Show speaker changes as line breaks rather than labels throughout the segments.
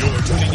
tuning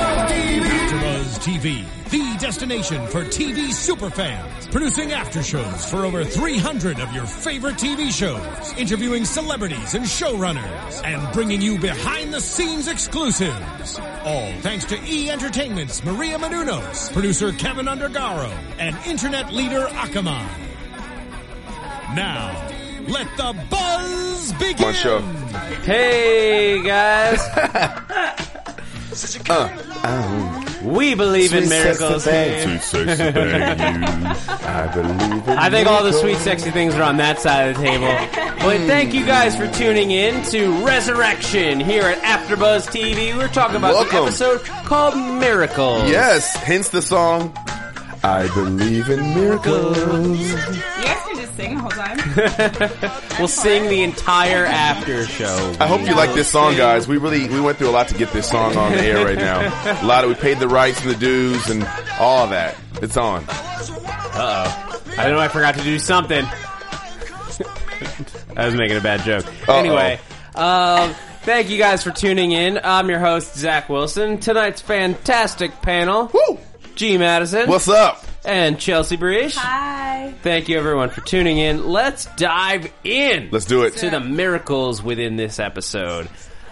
AfterBuzz TV, the destination for TV superfans, producing aftershows for over 300 of your favorite TV shows, interviewing celebrities and showrunners, and bringing you behind-the-scenes exclusives. All thanks to E Entertainment's Maria Menounos, producer Kevin Undergaro, and internet leader Akamai. Now, let the buzz begin.
One show.
Hey guys,
Oh.
we believe in miracles.
Bang.
Sweet sex to bang you.
I believe in
I think all the sweet,
miracles. Hmm.
sexy things are on that side of the table. But thank you guys for tuning in to Resurrection here at AfterBuzz TV. We're talking about
Welcome.
the episode called Miracles.
Yes, hence the song. I believe in miracles.
You guys can just sing the whole time.
We'll sing the entire after show.
I hope you like this song, guys. We really we went through a lot to get this song on the air right now. A lot of we paid the rights and the dues and all that. It's on.
I know I forgot to do something. I was making a bad joke.
Uh-oh.
Anyway, um, thank you guys for tuning in. I'm your host, Zach Wilson. Tonight's fantastic panel.
Woo!
G. Madison.
What's up?
and Chelsea Breach.
Hi.
Thank you, everyone, for tuning in. Let's dive in
Let's do it.
to the miracles within this episode.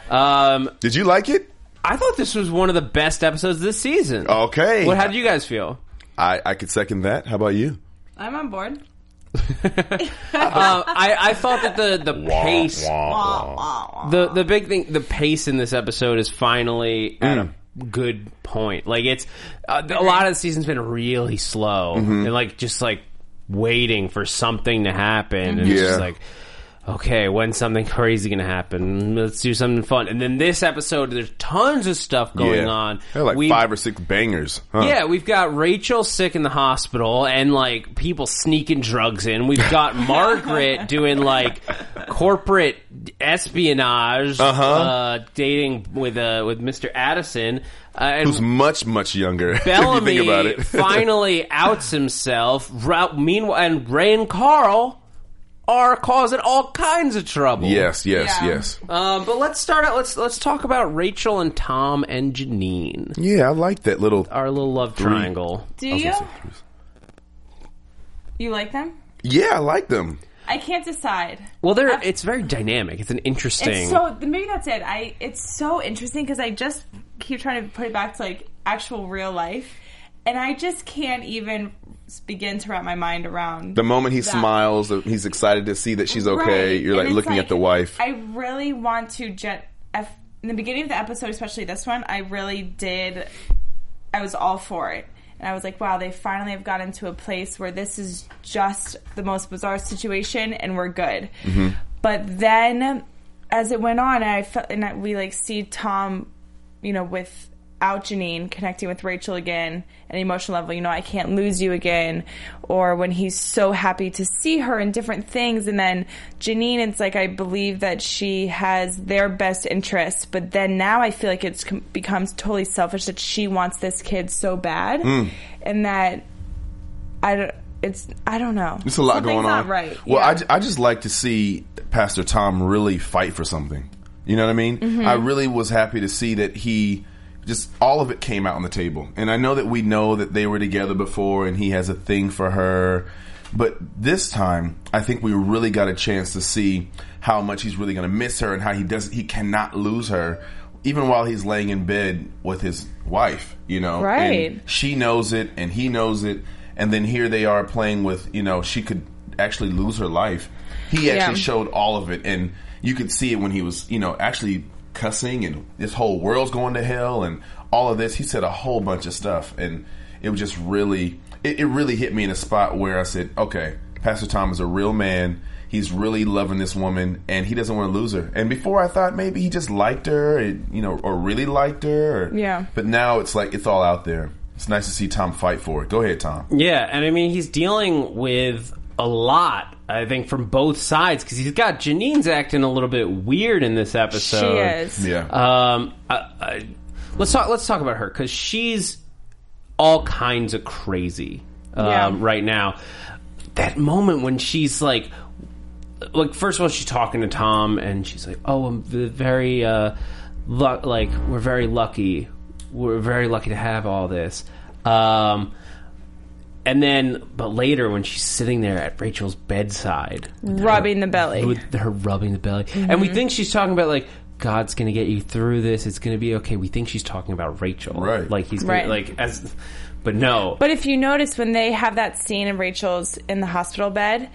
Um,
Did you like it?
I thought this was one of the best episodes this season.
Okay.
What? How did you guys feel?
I I could second that. How about you?
I'm on board.
Uh, I, I thought that the the pace, the the big thing, the pace in this episode is finally at a
Mm.
good point. Like it's uh, a lot of the season's been really slow
Mm-hmm.
and like just like waiting for something to happen, and it's just
Yeah.
like. Okay, when's something crazy gonna happen? Let's do something fun. And then this episode, there's tons of stuff going
Yeah.
on.
They're like
We've-
five or six bangers. Huh?
yeah, we've got Rachel sick in the hospital and like people sneaking drugs in. We've got Margaret doing like corporate espionage,
Uh-huh.
uh, dating with uh, with Mr. Addison, uh, and
Who's much much younger? if
Bellamy
you think about it.
finally outs himself. Ra- meanwhile, and Ray and Carl are causing all kinds of trouble.
yes, yes,
Yeah.
yes.
Um, but let's start out. Let's let's talk about Rachel and Tom and Janine,
Yeah, I like that little.
our little love triangle.
Do
I was
you?
gonna say Cruz.
You like them?
Yeah, I like them.
I can't decide.
Well, they're, it's very dynamic. It's an interesting.
It's so maybe that's it. I it's so interesting because I just keep trying to put it back to like actual real life, and I just can't even begin to wrap my mind around
The moment he
that.
smiles, he's excited to see that she's okay.
Right.
You're
And
like
it's
looking at the wife.
I really want to. Gen- F- in the beginning of the episode, especially this one, I really did. I was all for it. And I was like, wow, they finally have gotten to a place where this is just the most bizarre situation and we're good.
Mm-hmm.
But then as it went on, I felt, and I, we like see Tom, you know, with out Janine connecting with Rachel again at an emotional level, you know, I can't lose you again. Or when he's so happy to see her and different things. And then Janine, it's like, I believe that she has their best interest. But then now I feel like it's com- becomes totally selfish that she wants this kid so bad.
Hmm.
And that I don't, it's, I don't know.
There's a lot
Something's
going on.
not right.
Well,
Yeah.
I, ju- I just like to see Pastor Tom really fight for something. You know what I mean?
Mm-hmm.
I really was happy to see that he just all of it came out on the table. And I know that we know that they were together before and he has a thing for her. But this time, I think we really got a chance to see how much he's really going to miss her and how he does he cannot lose her even while he's laying in bed with his wife, you know. And
Right.
she knows it and he knows it and then here they are playing with you know she could actually lose her life he actually
Yeah.
showed all of it and you could see it when he was you know actually cussing and this whole world's going to hell and all of this he said a whole bunch of stuff and it was just really it, it really hit me in a spot where i said okay pastor tom is a real man he's really loving this woman and he doesn't want to lose her and before i thought maybe he just liked her and, you know or really liked her or,
Yeah.
but now it's like it's all out there. It's nice to see Tom fight for it. Go ahead, Tom.
yeah, and I mean he's dealing with a lot. I think from both sides because he's got Janine's acting a little bit weird in this
she
Uh,
episode.
is.
Yeah.
Um, I, I, let's talk. Let's talk about her because she's all kinds of crazy um,
Yeah.
right now. That moment when she's like, like first of all, she's talking to Tom and she's like, "Oh, I'm v- very uh, luck. Like we're very lucky. We're very lucky to have all this." Um, and then, but later when she's sitting there at Rachel's bedside,
Rubbing the belly.
with her rubbing the belly. And
Mm-hmm.
we think she's talking about like God's going to get you through this. It's going to be okay. We think she's talking about Rachel,
Right.
Like he's gonna,
Right.
like as, but no,
But if you notice, when they have that scene of Rachel's in the hospital bed,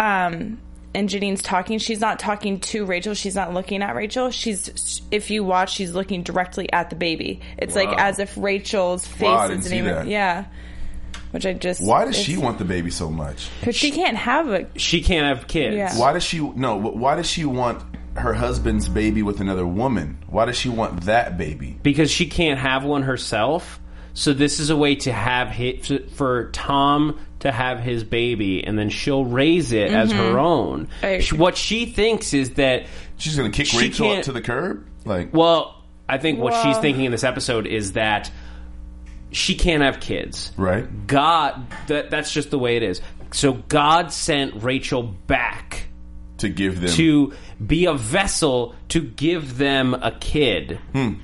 um, and Janine's talking, she's not talking to Rachel. She's not looking at Rachel. She's, if you watch, she's looking directly at the baby. It's
Wow.
like as if Rachel's face
Wow, I didn't
isn't
see
even,
that.
yeah. Which I just
Why does she
it's-
want the baby so much?
Because she can't have a
she can't have kids.
Yeah.
Why does she no? wh- Why does she want her husband's baby with another woman? Why does she want that baby?
because she can't have one herself. So this is a way to have hit for Tom to have his baby, and then she'll raise it as her own.
Mm-hmm. I-
She- What she thinks is that,
She's gonna kick
She
Rachel up
can't-
to the curb. Like
well, I think what she's
Well-
thinking in this episode is that she can't have kids.
right?
God, that that's just the way it is. So God sent Rachel back
To give them
to be a vessel to give them a kid.
Hmm.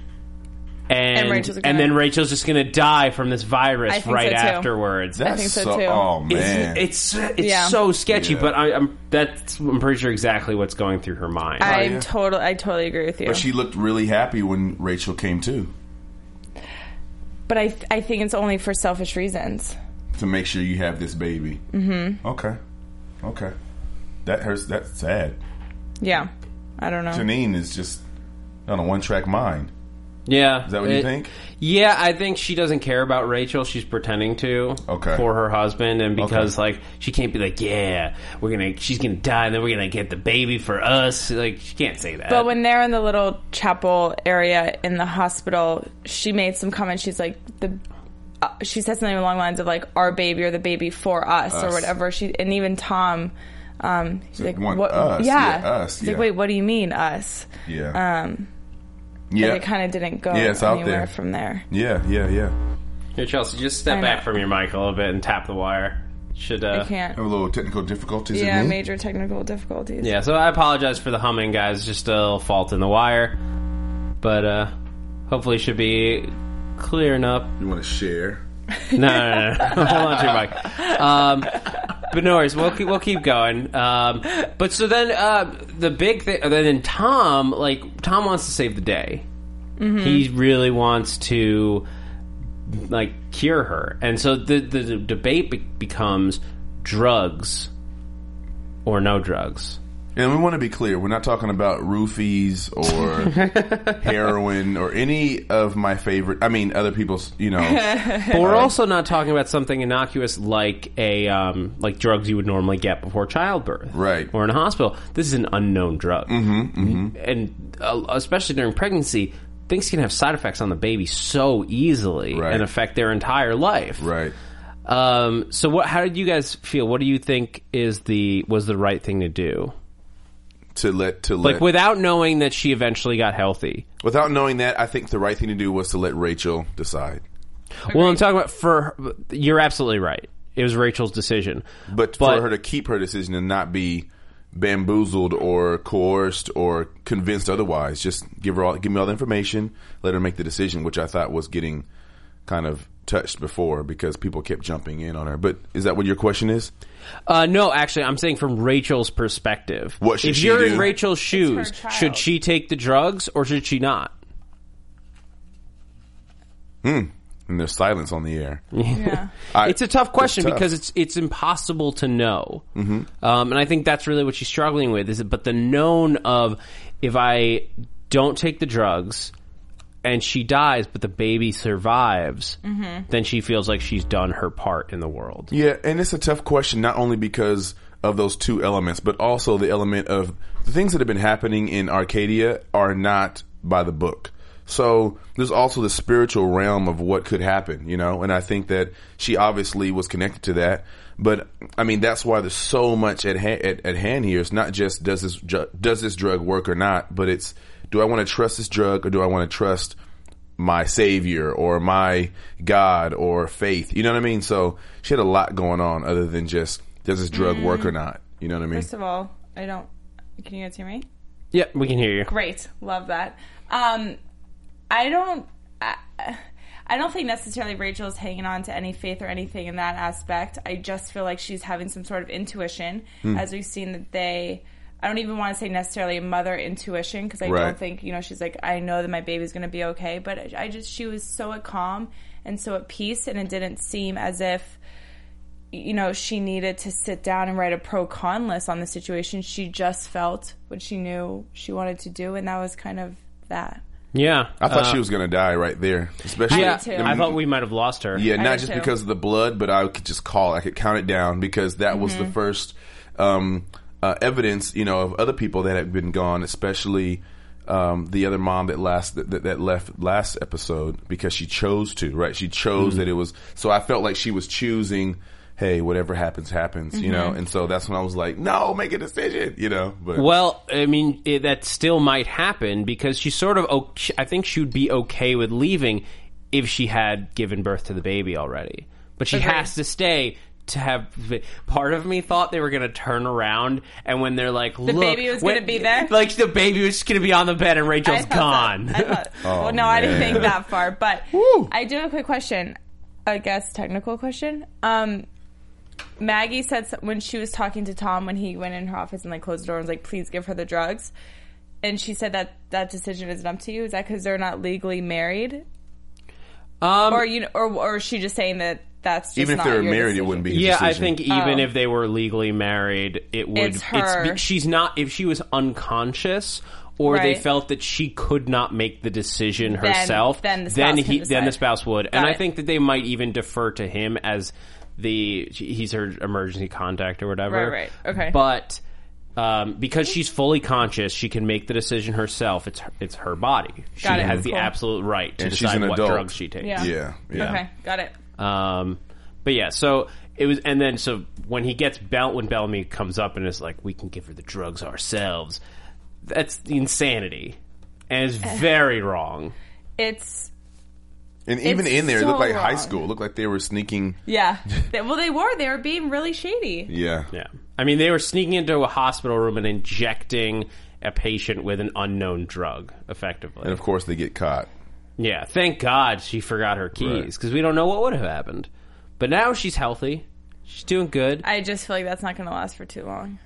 And
Rachel's
and,
gonna-
then Rachel's just going to die from this
I
virus
think
right
so, too.
afterwards.
That's
think so,
so,
too.
Oh man,
It's it's, it's
Yeah.
so sketchy,
Yeah.
but I, I'm that's I'm pretty sure exactly what's going through her mind.
I'm
yeah.
total. I totally agree with you.
but she looked really happy when Rachel came to
But I, I think it's only for selfish reasons.
to make sure you have this baby. Mm-hmm. Okay, okay, that hurts. That's sad.
Yeah, I don't know.
Janine is just on a one track mind.
yeah,
Is that what you think?
Yeah, I think she doesn't care about Rachel. She's pretending to
Okay.
for her husband, and because like she can't be like, yeah, we're gonna, she's gonna die, and then we're gonna get the baby for us. Like she can't say that.
But when they're in the little chapel area in the hospital, she made some comment. She's like the. Uh, she said something along the lines of like our baby or the baby for us, or
Us.
whatever. She and even Tom, um, he's like,
want
what?
us,
Yeah,
yeah, us,
He's like,
yeah.
wait, what do you mean us?
Yeah.
Um,
yeah.
It kind of didn't go
Yeah, it's out
anywhere
there.
from there.
yeah. Yeah. Yeah.
Here, Chelsea, just step
I
back
know.
from your mic a little bit and tap the wire. Should uh,
I can't.
Have a little technical difficulties.
Yeah,
in me?
major technical difficulties.
yeah. So I apologize for the humming, guys. Just a little fault in the wire, but uh, hopefully should be clearing up.
You want to share?
No, no, no, no. hold on to your mic. Um, but no worries, we'll keep, we'll keep going. Um, but so then uh, the big thing, then Tom, like Tom wants to save the day. He really wants to like cure her, and so the the, the debate be- becomes drugs or no drugs.
And we want to be clear, we're not talking about roofies or heroin or any of my favorite, I mean, other people's, you know.
But we're also not talking about something innocuous like a um, like drugs you would normally get before childbirth,
Right.
Or in a hospital. This is an unknown drug, mm-hmm, and uh, especially during pregnancy, things can have side effects on the baby so easily
Right.
and affect their entire life,
right.
Um, so, what? How did you guys feel? What do you think is the was the right thing to do?
To let, to
Like
let,
without knowing that she eventually got healthy.
without knowing that, I think the right thing to do was to let Rachel decide.
Well, I'm talking about for you're absolutely right. It was Rachel's decision,
But,
But-
for her to keep her decision and not be bamboozled or coerced or convinced otherwise, just give her all, give me all the information, let her make the decision, which I thought was getting kind of touched before because people kept jumping in on her. But is that what your question is?
Uh, no, actually, I'm saying from Rachel's perspective.
What should
if
she
you're in
do?
Rachel's shoes,
It's her child.
should she take the drugs or should she not?
And there's silence on the air.
Yeah.
I-
it's a tough question
tough.
because it's it's impossible to know, mm-hmm. um, and I think that's really what she's struggling with. Is it, but the known of if I don't take the drugs and she dies, but the baby survives,
Mm-hmm.
then she feels like she's done her part in the world.
Yeah, and it's a tough question not only because of those two elements, but also the element of the things that have been happening in Arcadia are not by the book. So there's also the spiritual realm of what could happen, you know, and I think that she obviously was connected to that. But I mean, that's why there's so much at, ha- at, at hand here. It's not just does this dr- does this drug work or not, but it's do I want to trust this drug or do I want to trust my savior or my God or faith. You know what I mean? So she had a lot going on other than just does this drug work or not. You know what I mean?
First of all, I don't. Can you guys hear me?
Yeah, we can hear you.
Great, love that. Um, I don't. I, I don't think necessarily Rachel's hanging on to any faith or anything in that aspect. I just feel like she's having some sort of intuition, as we've seen that they. I don't even want to say necessarily mother intuition because I
Right.
don't think you know she's like I know that my baby's going to be okay, but I- I just she was so at calm and so at peace, and it didn't seem as if you know, she needed to sit down and write a pro con list on the situation. She just felt what she knew she wanted to do, and that was kind of that.
Yeah, Uh,
I thought she was going to die right there, especially
Yeah,
too.
I thought we might have lost her.
Yeah, not
did
just
too.
because of the blood, but I could just call. I could count it down because that was
Mm-hmm.
the first um, uh, evidence, you know, of other people that had been gone, especially um, the other mom that last that, that left last episode because she chose to. Right, she chose
Mm-hmm.
that it was. So I felt like she was choosing. Hey, whatever happens, happens. You
Mm-hmm.
know, and so that's when I was like, "No, make a decision." You know, but
Well, I mean, it, that still might happen because she's sort of. o- I think she'd be okay with leaving if she had given birth to the baby already, but she has to stay. To have part of me thought they were going to turn around, and when they're like, "The
baby was gonna be there?"
like the baby was just going to be on the bed, and
I
Rachel's
thought
gone.
that- I thought,
Oh,
well, no, I didn't think that far, but I do have a quick question. I guess technical question. Um, Maggie said so- when she was talking to Tom when he went in her office and like closed the door and was like, "Please give her the drugs," and she said that that decision isn't up to you. Is that because they're not legally married,
um,
or you know, or or is she just saying that that's just
even if
not
they were
your
married, it
decision?
wouldn't be. His
yeah, I
decision.
think even
Oh.
if they were legally married, it would.
It's her.
be- she's not. If she was unconscious, or they
Right.
felt that she could not make the decision
Then-
herself,
then the spouse can
he, then the
decide.
spouse would. and I
it.
think that they might even defer to him as the he's her emergency contact or whatever.
Right, right. Okay.
but. Um, because she's fully conscious, she can make the decision herself. It's her, it's her body. She
Got it.
has the
Cool.
absolute right to
And she's
decide
an
what
adult.
drugs she takes.
Yeah.
Yeah, yeah.
Okay, got it.
Um, but yeah, so it was, and then so when he gets Bell, when Bellamy comes up and is like, "We can give her the drugs ourselves," that's insanity, and it's very wrong.
It's
And even
It's
in there, it looked
so
like high
wrong.
school. It looked like they were sneaking.
yeah. They- well, they were. They were being really shady.
Yeah,
Yeah, I mean, they were sneaking into a hospital room and injecting a patient with an unknown drug, effectively.
and of course they get caught.
yeah, thank God she forgot her keys
Right.
because we don't know what would have happened. But now she's healthy, she's doing good.
I just feel like that's not going to last for too long.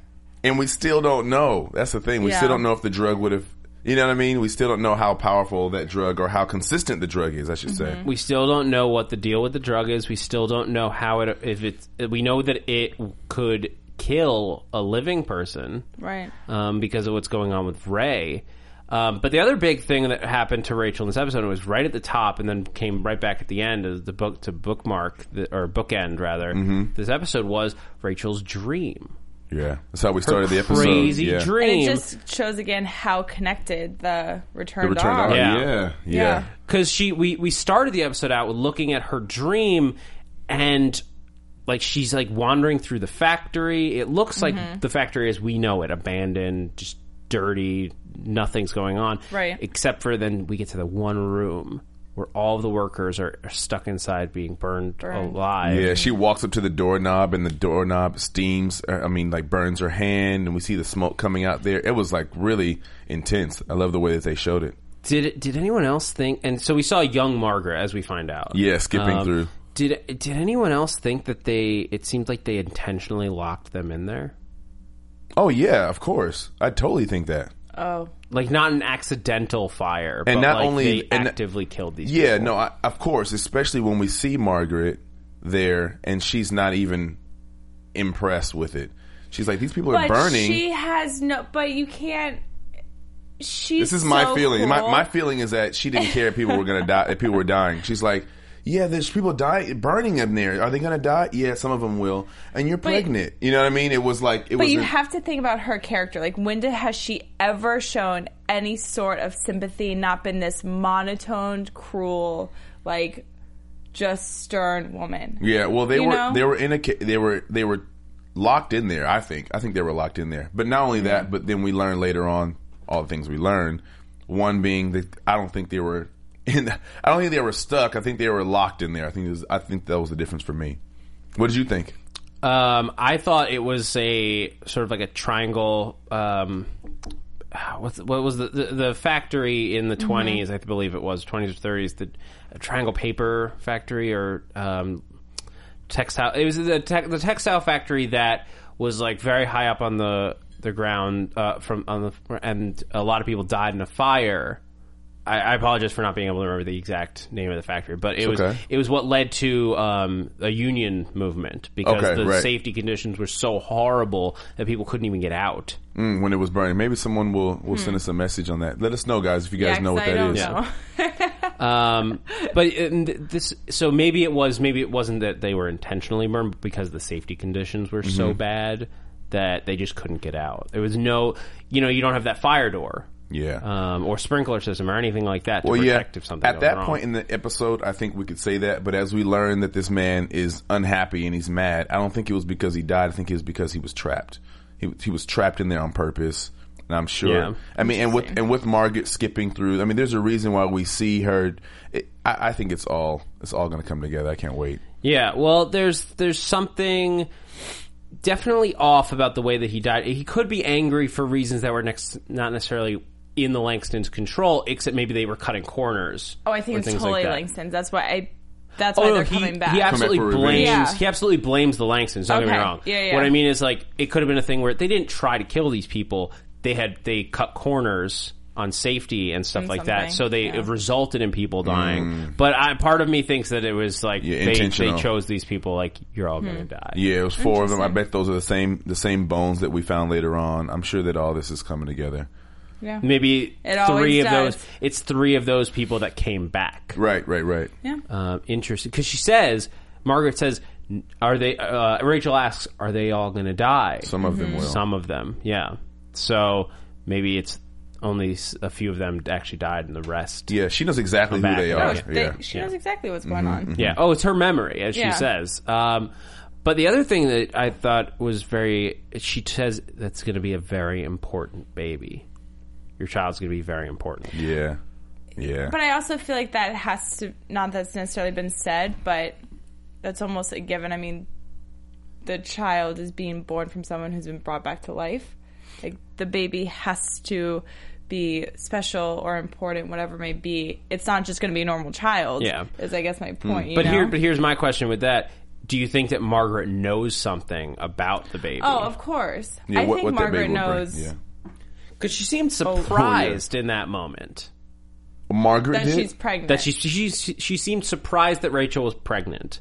and we still don't know. That's the thing. We
Yeah.
still don't know if the drug would have. You know what I mean? We still don't know how powerful that drug or how consistent the drug is. I should say.
We still don't know what the deal with the drug is. We still don't know how it if it's we know that it could kill a living person
Right.
um, because of what's going on with Ray. Um, but the other big thing that happened to Rachel in this episode was right at the top, and then came right back at the end as the book to bookmark the, or bookend rather. This episode was Rachel's dream,
Yeah, that's how we started the episode.
crazy
yeah.
And
dream.
it just shows again how connected the return,
The return.
dog.
dog.
Yeah.
Yeah. yeah,
Yeah.
because she we we started the episode out with looking at her dream and like she's like wandering through the factory it looks like the factory as we know it abandoned just dirty nothing's going on
Right.
except for then we get to the one room where all of the workers are, are stuck inside being burned, alive
Yeah, she walks up to the doorknob, and the doorknob steams. uh, I mean, like burns her hand, and we see the smoke coming out there. It was like really intense. I love the way that they showed it.
did it, did anyone else think and so we saw young margaret as we find out
Yeah, skipping through.
did did anyone else think that they it seemed like they intentionally locked them in there
Oh yeah, of course. I totally think that.
Oh,
like not an accidental fire, but
And not
like
only-
they
and-
actively killed these.
Yeah, no, I, of course, especially when we see Margaret there and she's not even impressed with it. She's like, these people are
but
burning.
she has no. But you can't. She's
this is my
so
feeling. My,
cool.
my feeling is that she didn't care if people were going to die, if people were dying. She's like, yeah, there's people dying, burning in there. Are they going to die? Yeah, some of them will. And you're pregnant. You know what I mean? It was like, it
But
was.
you
a-
have to think about her character. Like, when did, has she ever shown any sort of sympathy? Not been this monotoned, cruel, like just stern woman.
Yeah, well, they
You
were
know?
they were in a ca- they were they were locked in there. I think I think they were locked in there. But not only that, but then we learned later on all the things we learned. One being that I don't think they were and I don't think they were stuck. I think they were locked in there. I think it was, I think that was the difference for me. What did you think?
Um, I thought it was a sort of like a triangle. Um, ah, what's, what was the, the the factory in the 20s I believe it was twenties or thirties. The a triangle paper factory or um, textile. It was the tech the textile factory that was like very high up on the the ground uh, from on the and a lot of people died in a fire. I, I apologize for not being able to remember the exact name of the factory, but it was
okay.
it was what led to um, a union movement because
Okay,
the
right.
safety conditions were so horrible that people couldn't even get out.
Mm, when it was burning, maybe someone will will send us a message on that. Let us know, guys, if you guys know what
Hmm. I
that
don't
is.
know.
Um, but and th- this, so maybe it was, maybe it wasn't that they were intentionally burned but because the safety conditions were so
Mm-hmm.
bad that they just couldn't get out. There was no, you know, you don't have that fire door,
Yeah.
um, or sprinkler system or anything like that to protect if something
At
goes
that
wrong.
point in the episode, I think we could say that. But as we learn that this man is unhappy and he's mad, I don't think it was because he died. I think it was because he was trapped. He he was trapped in there on purpose. And I'm sure.
Yeah.
I mean, and with and with Margaret skipping through, I mean, there's a reason why we see her. It, I, I think it's all it's all going to come together. I can't wait.
Yeah, well, there's there's something definitely off about the way that he died. He could be angry for reasons that were next not necessarily in the Langston's control, except maybe they were cutting corners.
Oh, I think
or
it's
things like
totally
that.
Langston's. That's why I. That's why
Oh, no,
they're
he,
coming back.
he
Come
absolutely
back for revenge.
blames.
Yeah.
He absolutely blames the Langstons. Don't get me
Okay.
wrong.
Yeah, yeah.
What I mean is, like, it could have been a thing where they didn't try to kill these people. They had they cut corners on safety and stuff
And
like that,
something,
so they
yeah.
it resulted in people dying. But I, part of me thinks that it was like
Mm. Yeah,
they, they
intentional.
chose these people. Like, you're all
Hmm.
gonna die.
Yeah, it was four of them. I bet those are the same the same bones that we found later on. I'm sure that all this is coming together.
yeah.
maybe
It
three
always
of
does.
those. It's three of those people that came back.
Right, right, right.
Um, interesting, because she says, Margaret says, "Are they?" Uh, Rachel asks, "Are they all going to die?"
Some of them will.
Some of them, yeah. So maybe it's only s- a few of them actually died, and the rest.
Yeah, she knows exactly who
Come
they are.
back.
Oh,
Yeah.
they-
yeah.
she knows exactly what's going on.
Yeah. Oh, it's her memory, as
Yeah.
she says. Um, but the other thing that I thought was very, she says that's going to be a very important baby. Your child's going to be very important.
Yeah. Yeah.
But I also feel like that has to not that's necessarily been said, but that's almost a given. I mean, the child is being born from someone who's been brought back to life. Like the baby has to be special or important, whatever it may be. It's not just going to be a normal child.
Yeah.
is I guess my point. you
But
know?
here, but here's my question with that: Do you think that Margaret knows something about the baby?
oh, of course.
yeah,
I
what,
think
what that
Margaret
baby would bring.
knows
Yeah.
because she seemed
Oh,
surprised in that moment
Margaret
that
did.
she's pregnant.
that she she she seemed surprised that Rachel was pregnant.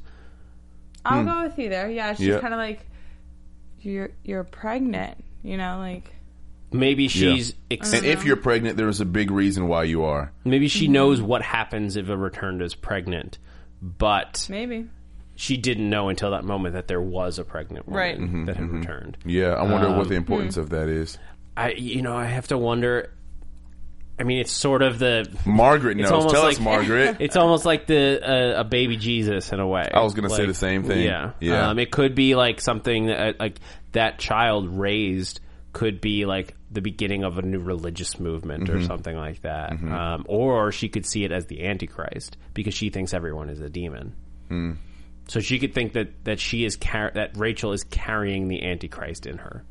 I'll go with you there. Yeah, she's
Hmm. Yeah.
kind of like you're you're pregnant. You know, like
Maybe she's ex-
Uh-huh.
and if you're pregnant, there is a big reason why you are.
maybe she knows what happens if a returned is pregnant, but
maybe.
she didn't know until that moment that there was a pregnant woman
Right.
that had returned.
Yeah, I wonder what the
Um,
importance
hmm.
of that is.
I you know I have to wonder. I mean, it's sort of the
Margaret knows.
almost
Tell us,
like-
Margaret.
It's almost like the uh, a baby Jesus in a way.
I was going to say
Like,
the same thing.
Yeah,
Yeah.
Um, it could be like something that uh, like that child raised could be like the beginning of a new religious movement
Mm-hmm.
or something like that. Um, or she could see it as the Antichrist because she thinks everyone is a demon.
Hmm.
So she could think that that she is car- that Rachel is carrying the Antichrist in her.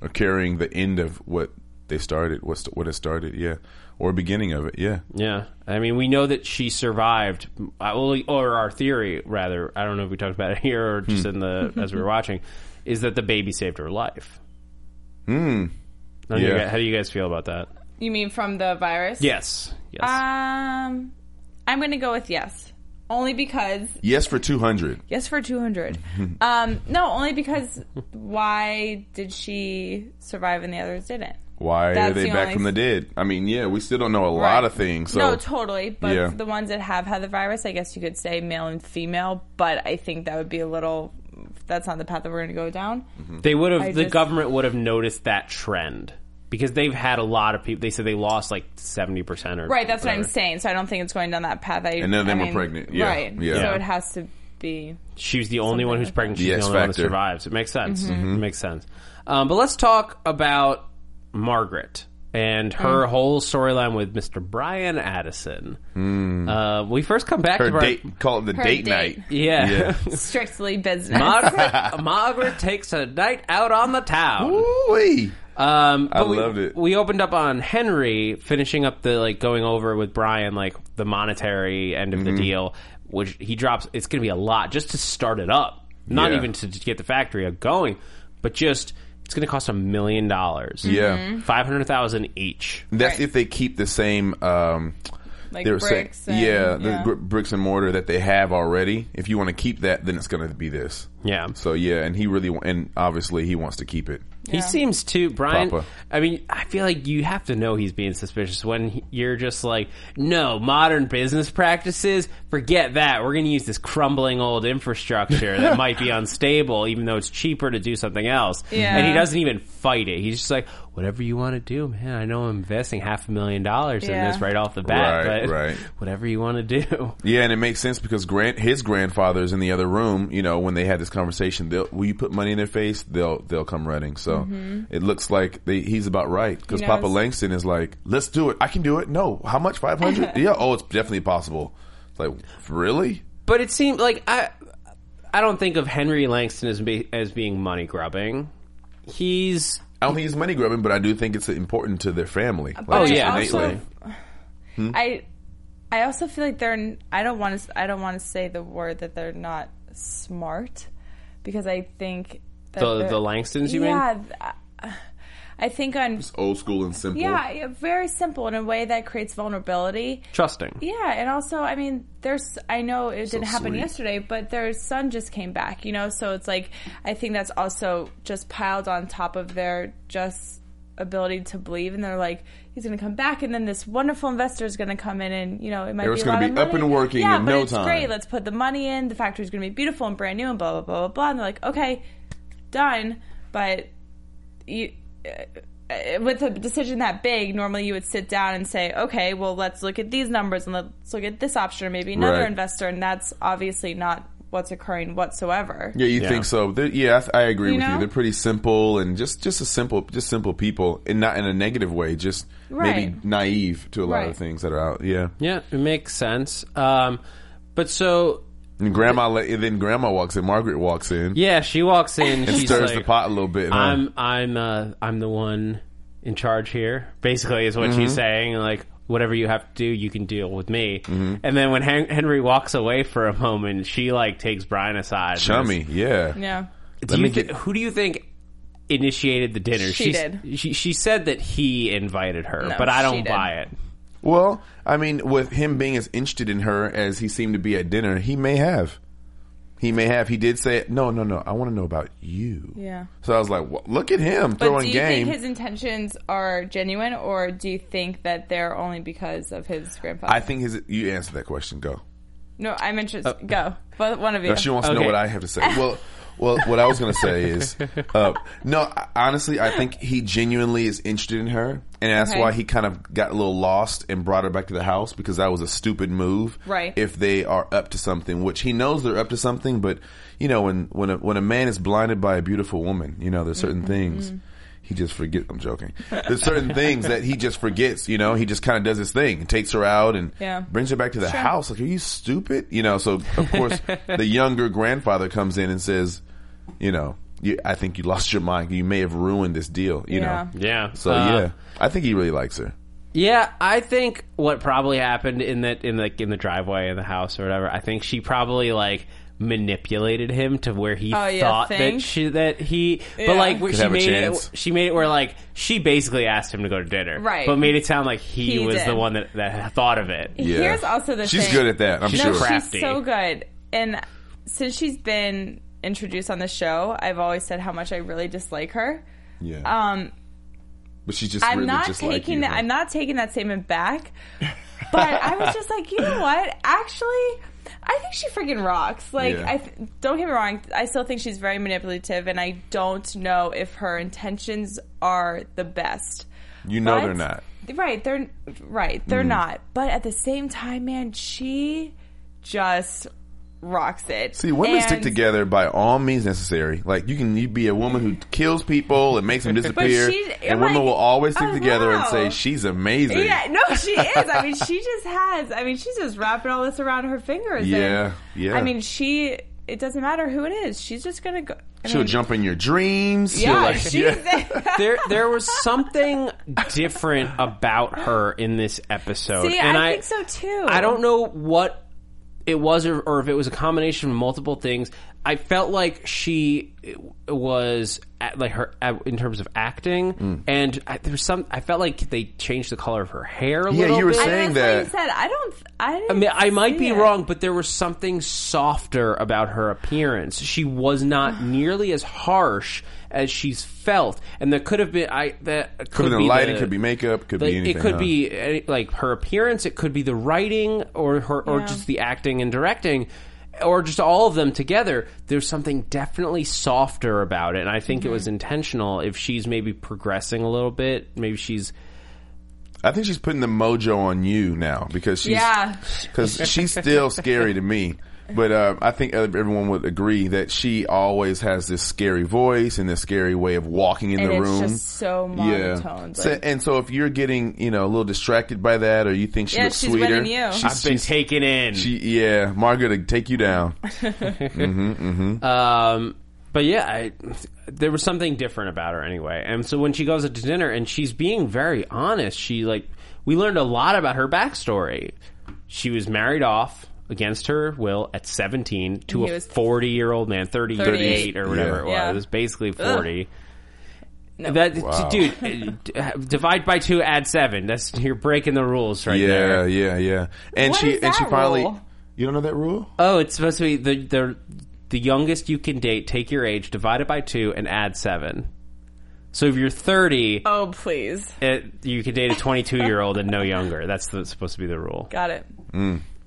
or carrying the end of what they started, what, st- what it started, yeah. Or beginning of it, yeah.
Yeah, I mean, we know that she survived, I- well, or our theory rather. I don't know if we talked about it here or
Hmm.
just in the as we were watching, is that the baby saved her life. Hmm. How, do you
Yeah.
guys, how do you guys feel about that?
You mean from the virus?
Yes. Yes.
Um, I'm going to go with yes. Only because
Yes for 200.
yes for 200. um, no, only because why did she survive and the others didn't?
Why are
That's
they
the
back
only-
from the dead? I mean, yeah, we still don't know a lot
Right.
of things. So
no, totally. But
Yeah.
the ones that have had the virus, I guess you could say male and female. But I think that would be a little. That's not the path that we're going to go down.
they would have. The
just-
government would have noticed that trend because they've had a lot of people. They said they lost like seventy percent or
Right. That's what I'm
whatever.
saying. So I don't think it's going down that path. I,
And none of them
I
were
mean,
pregnant. Yeah.
Right.
Yeah.
So it has to be.
She was the only one who's pregnant. She's
The
the,
X
only one that
factor. Mm-hmm.
survives. It makes sense. It makes sense. Um, but let's talk about Margaret. and
Hmm.
her whole storyline with Mr. Brian Addison. Uh, we first come back
Hmm. Her
to Brian-
date, call it the
Her
date, night.
date.
Yeah.
Strictly business.
Margaret, Margaret takes a night out on the town.
Ooh-wee.
Um,
I
but we-
loved it.
We opened up on Henry finishing up the like going over with Brian like the monetary end of
Mm-hmm.
the deal, which he drops. It's going to be a lot just to start it up, not
Yeah.
even to, to get the factory up going, but just it's going to cost a million dollars.
Yeah.
five hundred thousand each.
That's
Right.
if they keep the same. Um,
like
they were
bricks.
saying,
and,
yeah, the br- bricks and mortar that they have already. If you want to keep that, then it's going to be this.
Yeah.
So yeah, and he really wa- and obviously he wants to keep it.
He seems to Brian.
Papa.
I mean, I feel like you have to know he's being suspicious when he- you're just like, no, modern business practices. Forget that. We're going to use this crumbling old infrastructure that might be unstable, even though it's cheaper to do something else.
Yeah.
And he doesn't even fight it. He's just like, whatever you want to do, man. I know I'm investing half a million dollars in
Yeah.
this right off the bat,
Right,
but
right.
whatever you want to do.
Yeah, and it makes sense because grand his grandfather's in the other room. You know, when they had this conversation, they'll will you put money in their face? They'll they'll come running. So it looks like they, he's about right because
Mm-hmm. He
Papa
knows.
Langston is like, let's do it. I can do it. No, how much? Five hundred? yeah. Oh, it's definitely possible. It's like really.
But it seemed like I, I don't think of Henry Langston as be, as being money grubbing. He's
I don't think it's money grubbing, but I do think it's important to their family. Like,
Oh,
I
yeah.
also-
innately. Hmm?
I, I also feel like they're. n- I don't want to. I don't want to say the word that they're not smart, because I think that
the
they're-
the Langstons. You mean?
yeah, th- I think on
old school and simple.
yeah, yeah, very simple in a way that creates vulnerability.
trusting.
Yeah, and also, I mean, there's. I know it didn't happen
sweet.
yesterday, but their son just came back, you know. So it's like I think that's also just piled on top of their just ability to believe, and they're like, he's going to come back, and then this wonderful investor is going to come in, and you know, it might
It's
be a
gonna be
lot of
up
money.
and working
yeah,
in
but
no
it's
time.
Great, let's put the money in. The factory's going to be beautiful and brand new, and blah blah blah blah blah. And they're like, okay, done, but you uh, with a decision that big, normally you would sit down and say, okay, well, let's look at these numbers and let's look at this option or maybe another
Right.
investor. And that's obviously not what's occurring whatsoever.
Yeah, you
Yeah.
think so? They're, yeah, I, th- I agree
You
with you.
know?
They're pretty simple and just just a simple, just simple people, and not in a negative way. Just maybe
Right.
naive to a lot of
Right.
things that are out. Yeah,
Yeah, it makes sense. Um, but so
and grandma. la- And then grandma walks in. Margaret walks in.
yeah, she walks in.
and
she's
stirs
like,
the pot a little bit. huh?
I'm I'm uh, I'm the one in charge here. Basically, is what she's
Mm-hmm.
saying. Like whatever you have to do, you can deal with me.
Mm-hmm.
And then when Hen- Henry walks away for a moment, she like takes Brian aside. and
chummy. Yeah.
Yeah.
Do
Let
you
me
thi-
get-
who do you think initiated the dinner?
She
She's-
did.
She, she said that he invited her,
No,
but I
she
don't
did.
buy it.
Well, I mean, with him being as interested in her as he seemed to be at dinner, he may have. He may have. He did say, "No, no, no. I want to know about you."
Yeah.
So I was like, well, "Look at him
But do
throwing
you
game."
think his intentions are genuine or do you think that they're only because of his grandfather?
I think his. You answer that question. Go.
no, I'm interested. Go. Both, one of you.
No, she wants to
Okay.
know what I have to say. Well, well, what I was going to say is, uh, no, I- honestly, I think he genuinely is interested in her, and that's
Okay.
why he kind of got a little lost and brought her back to the house because that was a stupid move.
Right.
If they are up to something, which he knows they're up to something, but you know, when when a, when a man is blinded by a beautiful woman, you know, there's certain
Mm-hmm.
things. He just forget. I'm joking. There's certain things that he just forgets. You know, he just kind of does his thing and takes her out and
Yeah.
brings her back to the house. Like, are you stupid? You know. So of course, the younger grandfather comes in and says, you know, you, I think you lost your mind. You may have ruined this deal. You
Yeah.
know.
Yeah. Uh,
So yeah, I think he really likes her.
Yeah, I think what probably happened in that in the in the driveway in the house or whatever. I think she probably like manipulated him to where he
Oh, yeah,
thought that
think?
she that he
Yeah.
but like she
have a
made it
chance.
she made it where like she basically asked him to go to dinner
Right.
but made it sound like he,
He
was
did.
the one that, that thought of it
Yeah.
Here's also the
She's
thing.
good at that. I'm
No,
sure.
crafty.
she's so good. And since she's been introduced on the show, I've always said how much I really dislike her.
Yeah.
Um,
but she's just.
I'm
really
not
just
taking
like you,
that.
huh?
I'm not taking that statement back. But I was just like, you know what? Actually, I think she freaking rocks. Like,
Yeah.
I th- don't get me wrong. I still think she's very manipulative, and I don't know if her intentions are the best.
You know
But-
they're not. Mm-hmm.
Right, they're right, they're not. But at the same time, man, she just rocks it.
See, women stick
And-
together by all means necessary. Like you can you be a woman who kills people and makes them disappear,
she-
and
like-
women will always stick
oh,
together and
wow.
say she's amazing.
Yeah, no, she is. I mean, she just has. I mean, she's just wrapping all this around her fingers.
Yeah,
and,
yeah.
I mean, she. It doesn't matter who it is. She's just gonna go. I
She'll
mean,
jump in your dreams.
Yeah,
She'll like,
she's
yeah.
there there was something different about her in this episode.
See,
and
I,
I,
think so too.
I don't know what it was or, or if it was a combination of multiple things. I felt like she was at, like her at, in terms of acting
Hmm.
and I, there was some I felt like they changed the color of her hair a
Yeah,
little
you were
bit.
I
saying
that's what
that.
you said. I don't. I, didn't
I mean, I might
see
be
it.
wrong, but there was something softer about her appearance. She was not nearly as harsh as she's felt, and there could have been I that could,
Could have
be
been lighting,
the-
could be makeup, could
like,
be anything.
it could
huh?
be any, like her appearance, it could be the writing, or her, or
Yeah.
just the acting and directing, or just all of them together. There's something definitely softer about it, and I think it was intentional. If she's maybe progressing a little bit, maybe she's
I think she's putting the mojo on you now because she's
Yeah.
because she's still scary to me. But uh, I think everyone would agree that she always has this scary voice and this scary way of walking in
And
the
it's
room.
just so monotone.
So-
Like-
and so if you're getting you know a little distracted by that, or you think she
Yeah,
looks
she's
sweeter,
winning you.
she's-
I've been
she's-
taken in.
she, yeah, Margaret will take you down.
Um, but yeah, I, there was something different about her anyway. And so when she goes out to dinner and she's being very honest, she like we learned a lot about her backstory. She was married off against her will at 17 to
He
a
was
40 year old man, 30, 38 or whatever
Yeah.
it was.
Yeah.
It was basically 40. That dude, uh, d- divide by two, add seven. That's you're breaking the rules right
yeah,
there.
yeah, yeah. And
What
she
is
and she
that
finally.
rule?
You don't know that rule?
Oh, it's supposed to be the the the youngest you can date. Take your age, divide it by two, and add seven. So if you're 30,
Oh please,
it, you can date a 22 year old and no younger. That's the, supposed to be the rule.
got it.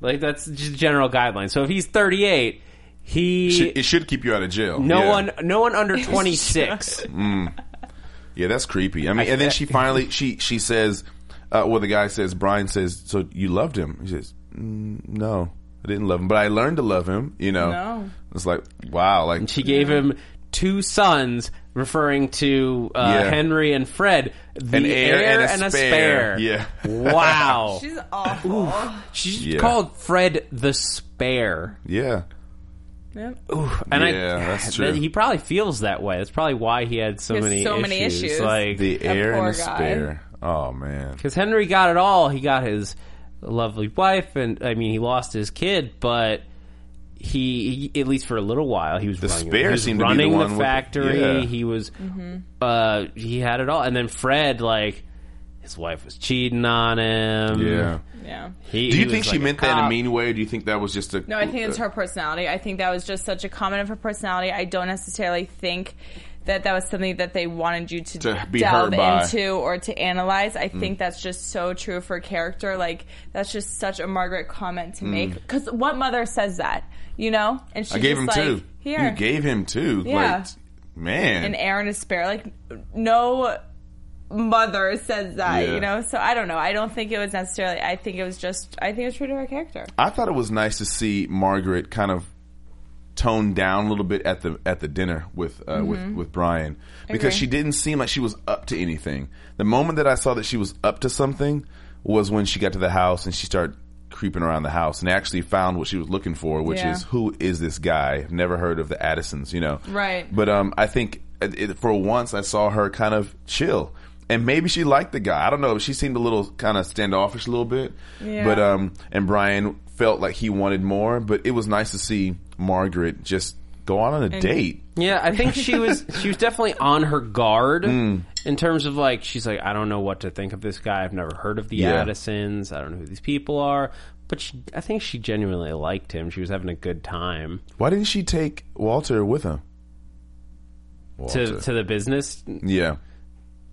Like that's just general guideline. So if he's 38, he
She- it should keep you out of jail.
no
Yeah. Mm-hmm.
one no one under 26.
Yeah, that's creepy. I mean, and then she finally she she says, uh, well, the guy says, Brian says, so you loved him? He says, "Mm, no, I didn't love him, but I learned to love him. You know,
No.
it's like wow, like
she gave him two sons, referring to uh,
Yeah.
Henry and Fred, the
An
heir, and a spare.
Yeah.
Wow.
She's awful.
She's
Yeah.
called Fred the Spare.
yeah,
Yep.
And
Yeah,
I,
that's
that-
true.
He probably feels that way. That's probably why he had so
He has
many
so
issues.
many issues.
Like
the heir and
poor
a
guy.
spare. Oh man,
because Henry got it all. He got his lovely wife, and I mean, he lost his kid, but he, he- at least for a little while, he was the running,
spare
he was
seemed to be the
running
one with the-
factory.
yeah.
He was,
Mm-hmm.
uh, he had it all, and then Fred, like his wife was cheating on him.
yeah.
Yeah.
He,
Do
he
you
was
think she
like a
meant that in a
cop.
mean way? Or do you think that was just a
No, I think it's her personality. I think that was just such a comment of her personality. I don't necessarily think that that was something that they wanted you to,
To be
delve
hurt by. Mm.
into or to analyze. I think that's just so true for character. Like that's just such a Margaret comment to make. Because what mother says that, you know? And she
Mm. I gave him
just like,
two.
Here,
You gave him two.
Yeah.
Like, man.
an heir and a spare. Like no mother says that,
Yeah.
you know. So I don't know. I don't think it was necessarily. I think it was just. I think it was true to her character.
I thought it was nice to see Margaret kind of toned down a little bit at the at the dinner with uh, with with Brian because
Mm-hmm. Agree.
she didn't seem like she was up to anything. The moment that I saw that she was up to something was when she got to the house and she started creeping around the house and actually found what she was looking for, which
Yeah.
is who is this guy? I've never heard of the Addisons, you know?
Right.
But um, I think it, it- for once I saw her kind of chill. And maybe she liked the guy. I don't know. but She seemed a little kind of standoffish a little bit.
Yeah.
But um, and Brian felt like he wanted more. But it was nice to see Margaret just go on, on a date.
Yeah, I think she was she was definitely on her guard
Hmm.
in terms of like she's like I don't know what to think of this guy. I've never heard of the
Yeah.
Addisons. I don't know who these people are. But she, I think she genuinely liked him. She was having a good time
Why didn't she take Walter with her?
to to the business.
yeah,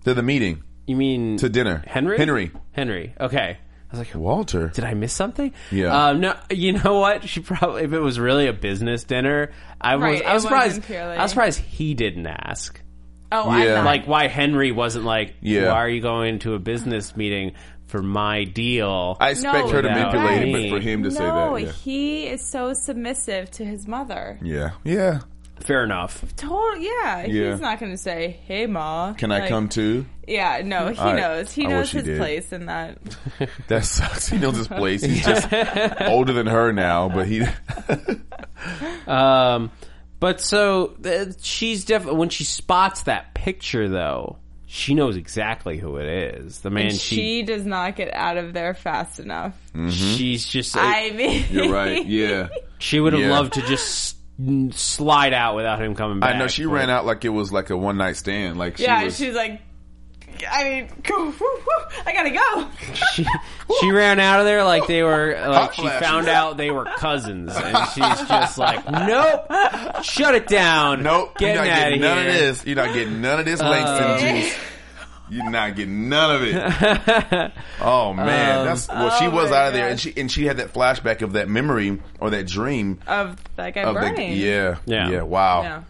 to the meeting,
You mean
to dinner,
Henry?
Henry,
Henry. Okay. I was like,
Walter.
did I miss something?
Yeah.
Um, no, you know what? She probably if it was really a business dinner, I was
Right,
I was
it would've been
surprised.
purely-
I was surprised he didn't ask.
Oh,
Yeah.
I
like why Henry wasn't like,
Yeah.
why are you going to a business meeting? for my deal.
I expect her to
without
manipulate
me.
him, but for him to say
No,
that, yeah.
he is so submissive to his mother.
yeah, yeah.
Fair enough.
Total, yeah,
Yeah.
He's not going to say, "Hey, ma,
Can I
Like,
come too?
Yeah, no, he
All right.
knows. He
I
knows
wish he
his
did.
place in that.
That sucks. He knows his place. He's just older than her now, but he.
Um, but so uh, she's definitely when she spots that picture though, she knows exactly who it is. The man
And she,
she,
does not get out of there fast enough.
Mm-hmm.
she's just uh,
I mean,
You're right. Yeah,
she would have
yeah.
loved to just s- slide out without him coming back.
I know. She
but-
ran out like it was like a one night stand. Like she
yeah,
was,
she's like, I mean, go, woo, woo, I gotta go.
she, she ran out of there like they were like
Hot
she
flashes.
found out they were cousins and she's just like nope shut it down
Nope,
getting
you're not
out
getting
of
none
here Uh.
of this. You're not getting none of this Langston juice. You're not getting none of it. oh man,
Um,
that's well. she
Oh,
was
my
out of there,
God.
and she and she had that flashback of that memory or that dream
Of that guy
of
burning.
the yeah,
Yeah.
yeah, Wow.
Yeah.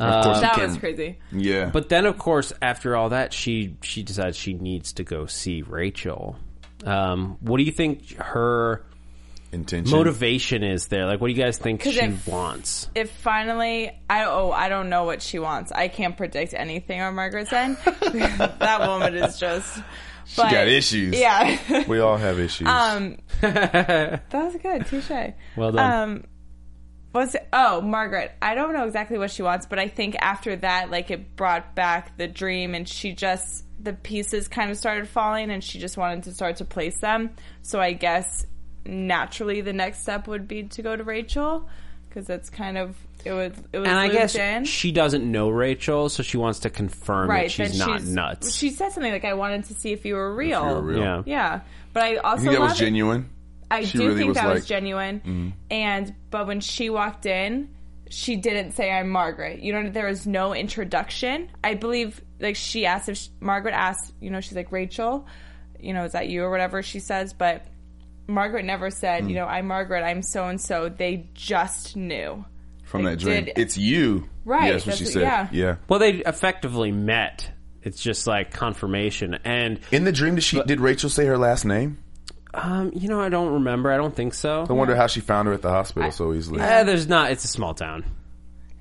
Of course, she
That
can't-
was crazy.
Yeah,
but then of course after all that she she decides she needs to go see Rachel um what do you think her
intention.
motivation is there like what do you guys think
'Cause
she
if-
wants
If finally, I oh, I don't know what she wants. I can't predict anything on Margaret's end. that woman is just. But,
got issues.
Yeah,
We all have issues.
Um, that was good, touche.
Well done.
Um, was oh Margaret? I don't know exactly what she wants, but I think after that, like it brought back the dream, and she just the pieces kind of started falling, and she just wanted to start to place them. So I guess naturally, the next step would be to go to Rachel because that's kind of it was it was
and I
looped
guess
in.
she doesn't know Rachel so she wants to confirm that
right
she's
that
not nuts
She said something like, "I wanted to see if you were real."
You're real.
yeah
Yeah, but I also
I think that was
love it-
genuine.
I
She
do
really
think
was
that was
like- mm.
genuine. And but when she walked in, she didn't say I'm Margaret. You know, there was no introduction. I believe like she asked if she, Margaret asked, you know, she's like Rachel, you know, is that you or whatever she says, but Margaret never
Mm.
said, you know, I'm Margaret, I'm so and so. They just knew.
from
They
that dream.
did-
It's you.
Right,
Yeah, that's what
that's
she
what-
said.
yeah.
Yeah.
Well, they effectively met. It's just like confirmation, and
In the dream, did she did Rachel say her last name?
um, you know, I don't remember. I don't think
I
so.
wonder how she found her at the hospital so easily.
Eh, there's not. It's a small town.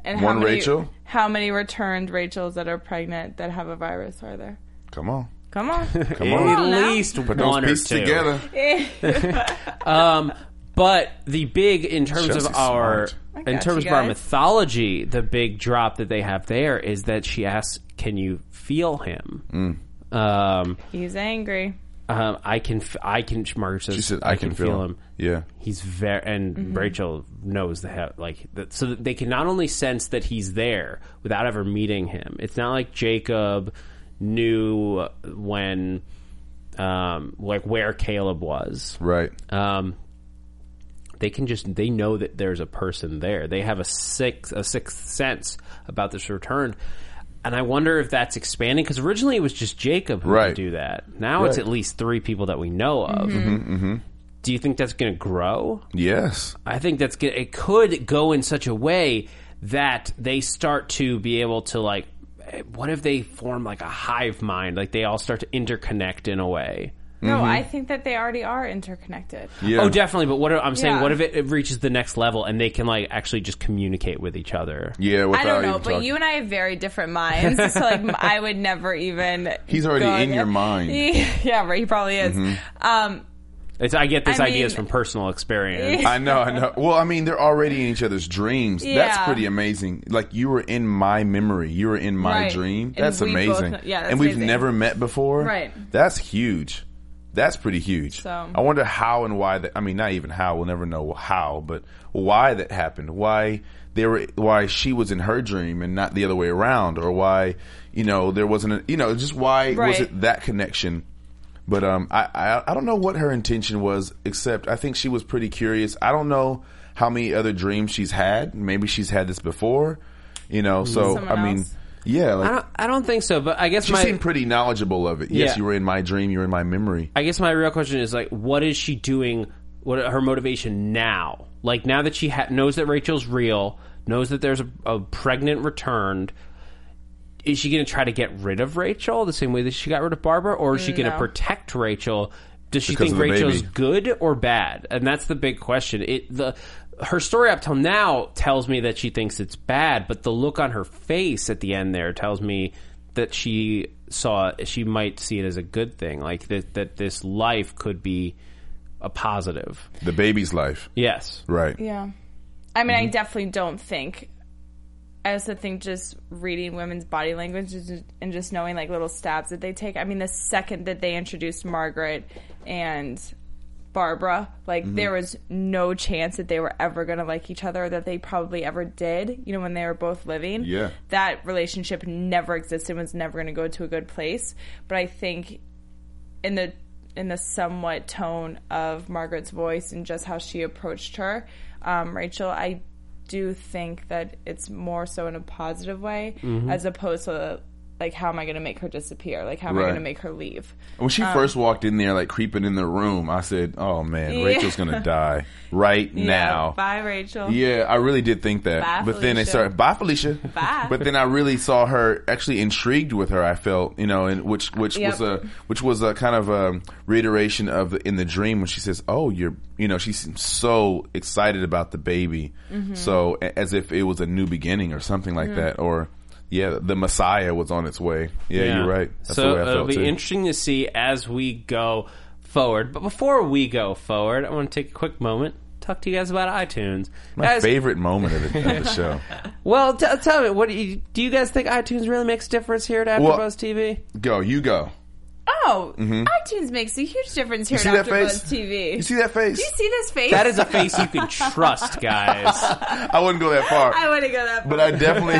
And
One
how many,
Rachel?
How many returned Rachels that are pregnant that have a virus are there?
Come on,
Come on.
come
At
on.
now.
least
Put
one
those
or
pieces
two.
together.
But the big, in terms
Chelsea's
of our,
smart.
got
in terms
you
of our
guys.
mythology, the big drop that they have there is that she asks, "Can you feel him?"
Mm.
Um,
He's angry.
um, I can. f- I can. Margaret says,
She said, "I, can, feel, him. Yeah,
he's very and
Mm-hmm.
Rachel knows the he- like that, so that they can not only sense that he's there without ever meeting him. It's not like Jacob knew when um like where Caleb was.
right.
Um they can just they know that there's a person there. They have a sixth a sixth sense about this return. And I wonder if that's expanding because originally it was just Jacob who
Right.
could do that. Now it's
Right. Mm-hmm.
at least three people that we know of. Do you think that's going to grow?
Yes,
Oh,
I think that's good. It could go in such a way that they start to be able to like. eh, What if they form like a hive mind? Like they all start to interconnect in a way.
No, I think that they already are interconnected.
Mm-hmm. yeah.
Oh, definitely. But what if- I'm saying,
Yeah.
what if it, it reaches the next level and they can like actually just communicate with each other?
Yeah, without
I don't know,
even
but
talking.
you and I have very different minds. So like, I would never even.
He's already
go
in
there.
your mind. Mm-hmm.
yeah, right. He probably is. Um,
It's, I get this
I
idea is
mean-
from personal experience.
I know, I know. Well, I mean, they're already in each other's dreams.
Yeah.
That's pretty amazing. Like you were in my memory, you were in my
Right.
dream.
And
That's
we both
amazing.
know- yeah, that's
and we've
amazing.
never met before.
Right.
That's huge. That's pretty huge.
So-
I wonder how and why that. I mean, not even how. We'll never know how, but why that happened. Why they were. Why she was in her dream and not the other way around, or why you know there wasn't. A, you know, just why was
Right.
it that connection? But um, I, I I don't know what her intention was, except I think she was pretty curious. I don't know how many other dreams she's had. Maybe she's had this before, you know. So
Mm-hmm. Someone
I mean,
else.
yeah,
I
like,
don't. I don't think so. But I guess
she
my
seemed pretty knowledgeable of it. Yes,
Yeah.
you were in my dream. You were in my memory.
I guess my real question is like, what is she doing? What her motivation now? Like now that she ha- knows that Rachel's real, knows that there's a, a pregnant returned. Is she going to try to get rid of Rachel the same way that she got rid of Barbara, or is she going to
No.
protect Rachel does she
Because
think
of the
Rachel's
baby.
good or bad? And that's the big question. It the her story up till now tells me that she thinks it's bad, but the look on her face at the end there tells me that she saw she might see it as a good thing, like that that this life could be a positive.
The baby's life,
Yes.
right?
Yeah. I mean, I definitely don't think. I also think just reading women's body language is- and just knowing like little stabs that they take. I mean, the second that they introduced Margaret and Barbara, like there was no chance that they were ever going to like each other or that they probably ever did, you know, when they were both living.
Yeah.
That relationship never existed, was never going to go to a good place. But I think in the in the somewhat tone of Margaret's voice and just how she approached her, um, Rachel, I do think that it's more so in a positive way
Mm-hmm.
as opposed to like how am I going to make her disappear? Like how am I
Right.
going to make her leave?
When
Uh,
she first walked in there, like creeping in the room, I said, "Oh man,
Yeah.
Rachel's gonna die right now."
Yeah, bye, Rachel.
Yeah, I really did think that.
Bye,
but then they
Felicia.
started bye Felicia.
Bye.
But then I really saw her actually intrigued with her. I felt you know, and which which
Yep.
was a which was a kind of a reiteration of the, in the dream when she says, "Oh, you're you know," she seems so excited about the baby,
Mm-hmm.
so a- as if it was a new beginning or something like that, or. Yeah, the Messiah was on its way. Yeah, you're right. That's
so
the way I
it'll
felt
be
too.
interesting to see as we go forward. But before we go forward, I want to take a quick moment talk to you guys about iTunes.
My
Guys,
favorite moment of the, of the show.
Well, t- tell me, what do you, do you guys think iTunes really makes a difference here at AfterBuzz
Well-
TV?
Go, you go.
Oh, iTunes makes a huge difference here
Mm-hmm. You see
at
that
AfterBuzz
face?
TV.
You see that face?
Do you see this face?
That is a face you can trust, guys.
I wouldn't go that far.
I wouldn't go that far.
But I definitely,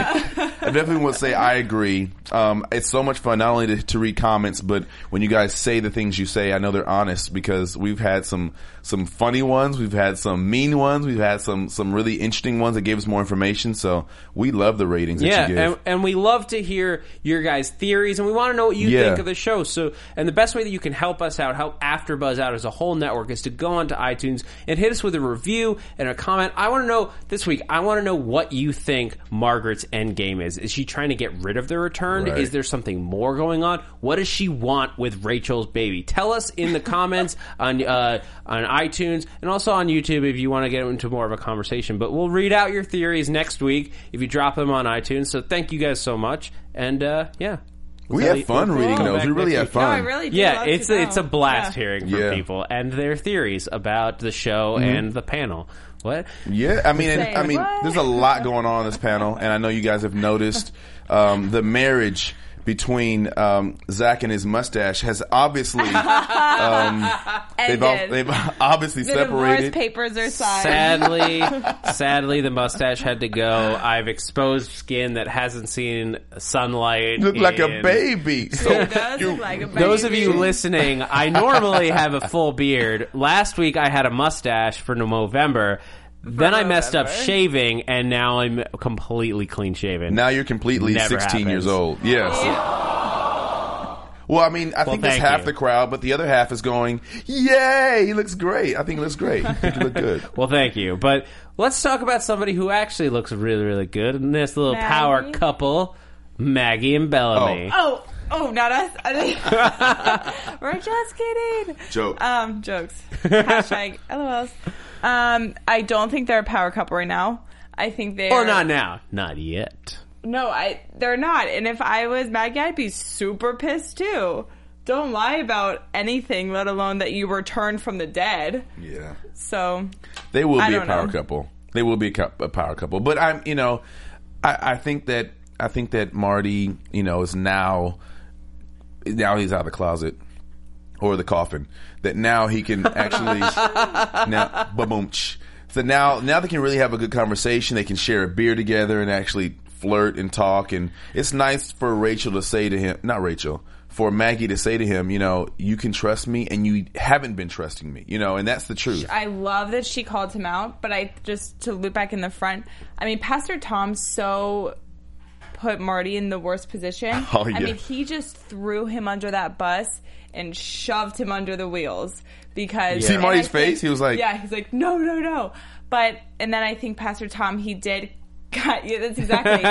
I definitely would say I agree. Um, it's so much fun not only to, to read comments, but when you guys say the things you say, I know they're honest because we've had some some funny ones, we've had some mean ones, we've had some some really interesting ones that gave us more information. So we love the ratings
yeah,
that you
and,
give.
and we love to hear your guys' theories, and we want to know what you
Yeah.
think of the show. So, and the best way that you can help us out, help AfterBuzz out as a whole network, is to go onto iTunes and hit us with a review and a comment. I want to know this week. I want to know what you think Margaret's end game is. Is she trying to get rid of the return?
Right.
Is there something more going on? What does she want with Rachel's baby? Tell us in the comments on uh, on iTunes and also on YouTube if you want to get into more of a conversation. But we'll read out your theories next week if you drop them on iTunes. So thank you guys so much, and uh, yeah,
we had fun reading
We'll
those.
back
We really
next
had
week.
no,
fun.
I really do
yeah,
love
it's
to
a, it's a
know.
blast
Yeah.
hearing from
Yeah. Mm-hmm.
people and their theories about the show and the panel. What?
Yeah, I mean,
Say
and, I mean,
what?
there's a lot going on in this panel, and I know you guys have noticed um, the marriage between um, Zach and his mustache has obviously um, they've, al-
Ended.
they've obviously
The divorce
separated.
papers are signed.
Sadly, sadly, the mustache had to go. I've exposed skin that hasn't seen sunlight.
Look like a
in-
baby. So
It does look like a
Those of
baby.
you listening, I normally have a full beard. Last week I had a mustache for November. Then I messed up
November.
shaving, and now I'm completely clean shaven.
now you're completely
Never
16 years
happens.
old. Yes. Well, I mean, I think that's
thank
half
you.
the crowd, but the other half is going, "Yay, he looks great! I think he looks great. I think he looked good."
Well, thank you. But let's talk about somebody who actually looks really, really good in this little
Maggie?
power couple, Maggie and Bellamy.
Oh, oh, not us. We're just kidding.
Joke.
Um, jokes. Hashtag LOLs. Um, I don't think they're a power couple right now. I think they're.
Oh, Well, not now. Not yet.
No, I. They're not. And if I was Maggie, I'd be super pissed too. Don't lie about anything, let alone that you returned from the dead.
yeah.
So
They will
I
be a
don't
power
know.
couple. They will be a, cou- a power couple. But I'm, you know, I, I think that I think that Marty, you know, is now now he's out of the closet or the coffin. That now he can actually now boom. So now now they can really have a good conversation. They can share a beer together and actually flirt and talk. And it's nice for Rachel to say to him, not Rachel. For Maggie to say to him, you know, you can trust me, and you haven't been trusting me, you know, and that's the truth.
I love that she called him out, but I just to loop back in the front. I mean, Pastor Tom so put Marty in the worst position.
Oh,
I
yeah.
mean, he just threw him under that bus and shoved him under the wheels because
See
and
Marty's
I think-
face? He was like-
yeah, he's like, no, no, no. But and then I think Pastor Tom he did God, yeah, that's exactly.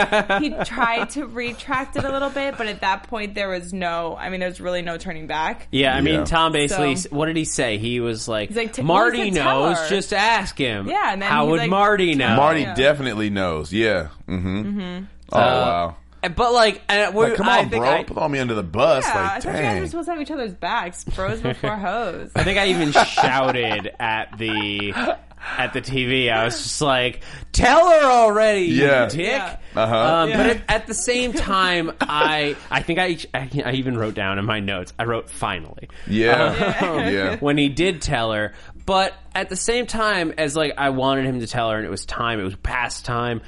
he tried to retract it a little bit, but at that point, there was no. I mean, there was really no turning back.
Yeah, I mean,
Yeah.
Tom basically,
So-
what did he say? He was like,
like, "T- what
Marty
does it tell
knows,
her?"
just ask him.
Yeah, and then
how
he's
would
like,
Marty know?
Marty
Yeah.
definitely knows. Yeah. Mm-hmm. Oh wow.
But like, uh, we're,
Like, come
I
on,
think
bro.
I,
Put on me under the bus.
Yeah, I
like,
thought you guys were
dang.
supposed to have each other's backs, bros before hoes.
I think I even shouted at the at the TV. I was just like, "Tell her already,
Yeah.
you dick!"
Yeah.
Uh-huh.
Um, But at, at the same time, I I think I, I I even wrote down in my notes. I wrote finally
Yeah. yeah.
when he did tell her. But at the same time, as like I wanted him to tell her, and it was time, it was past time.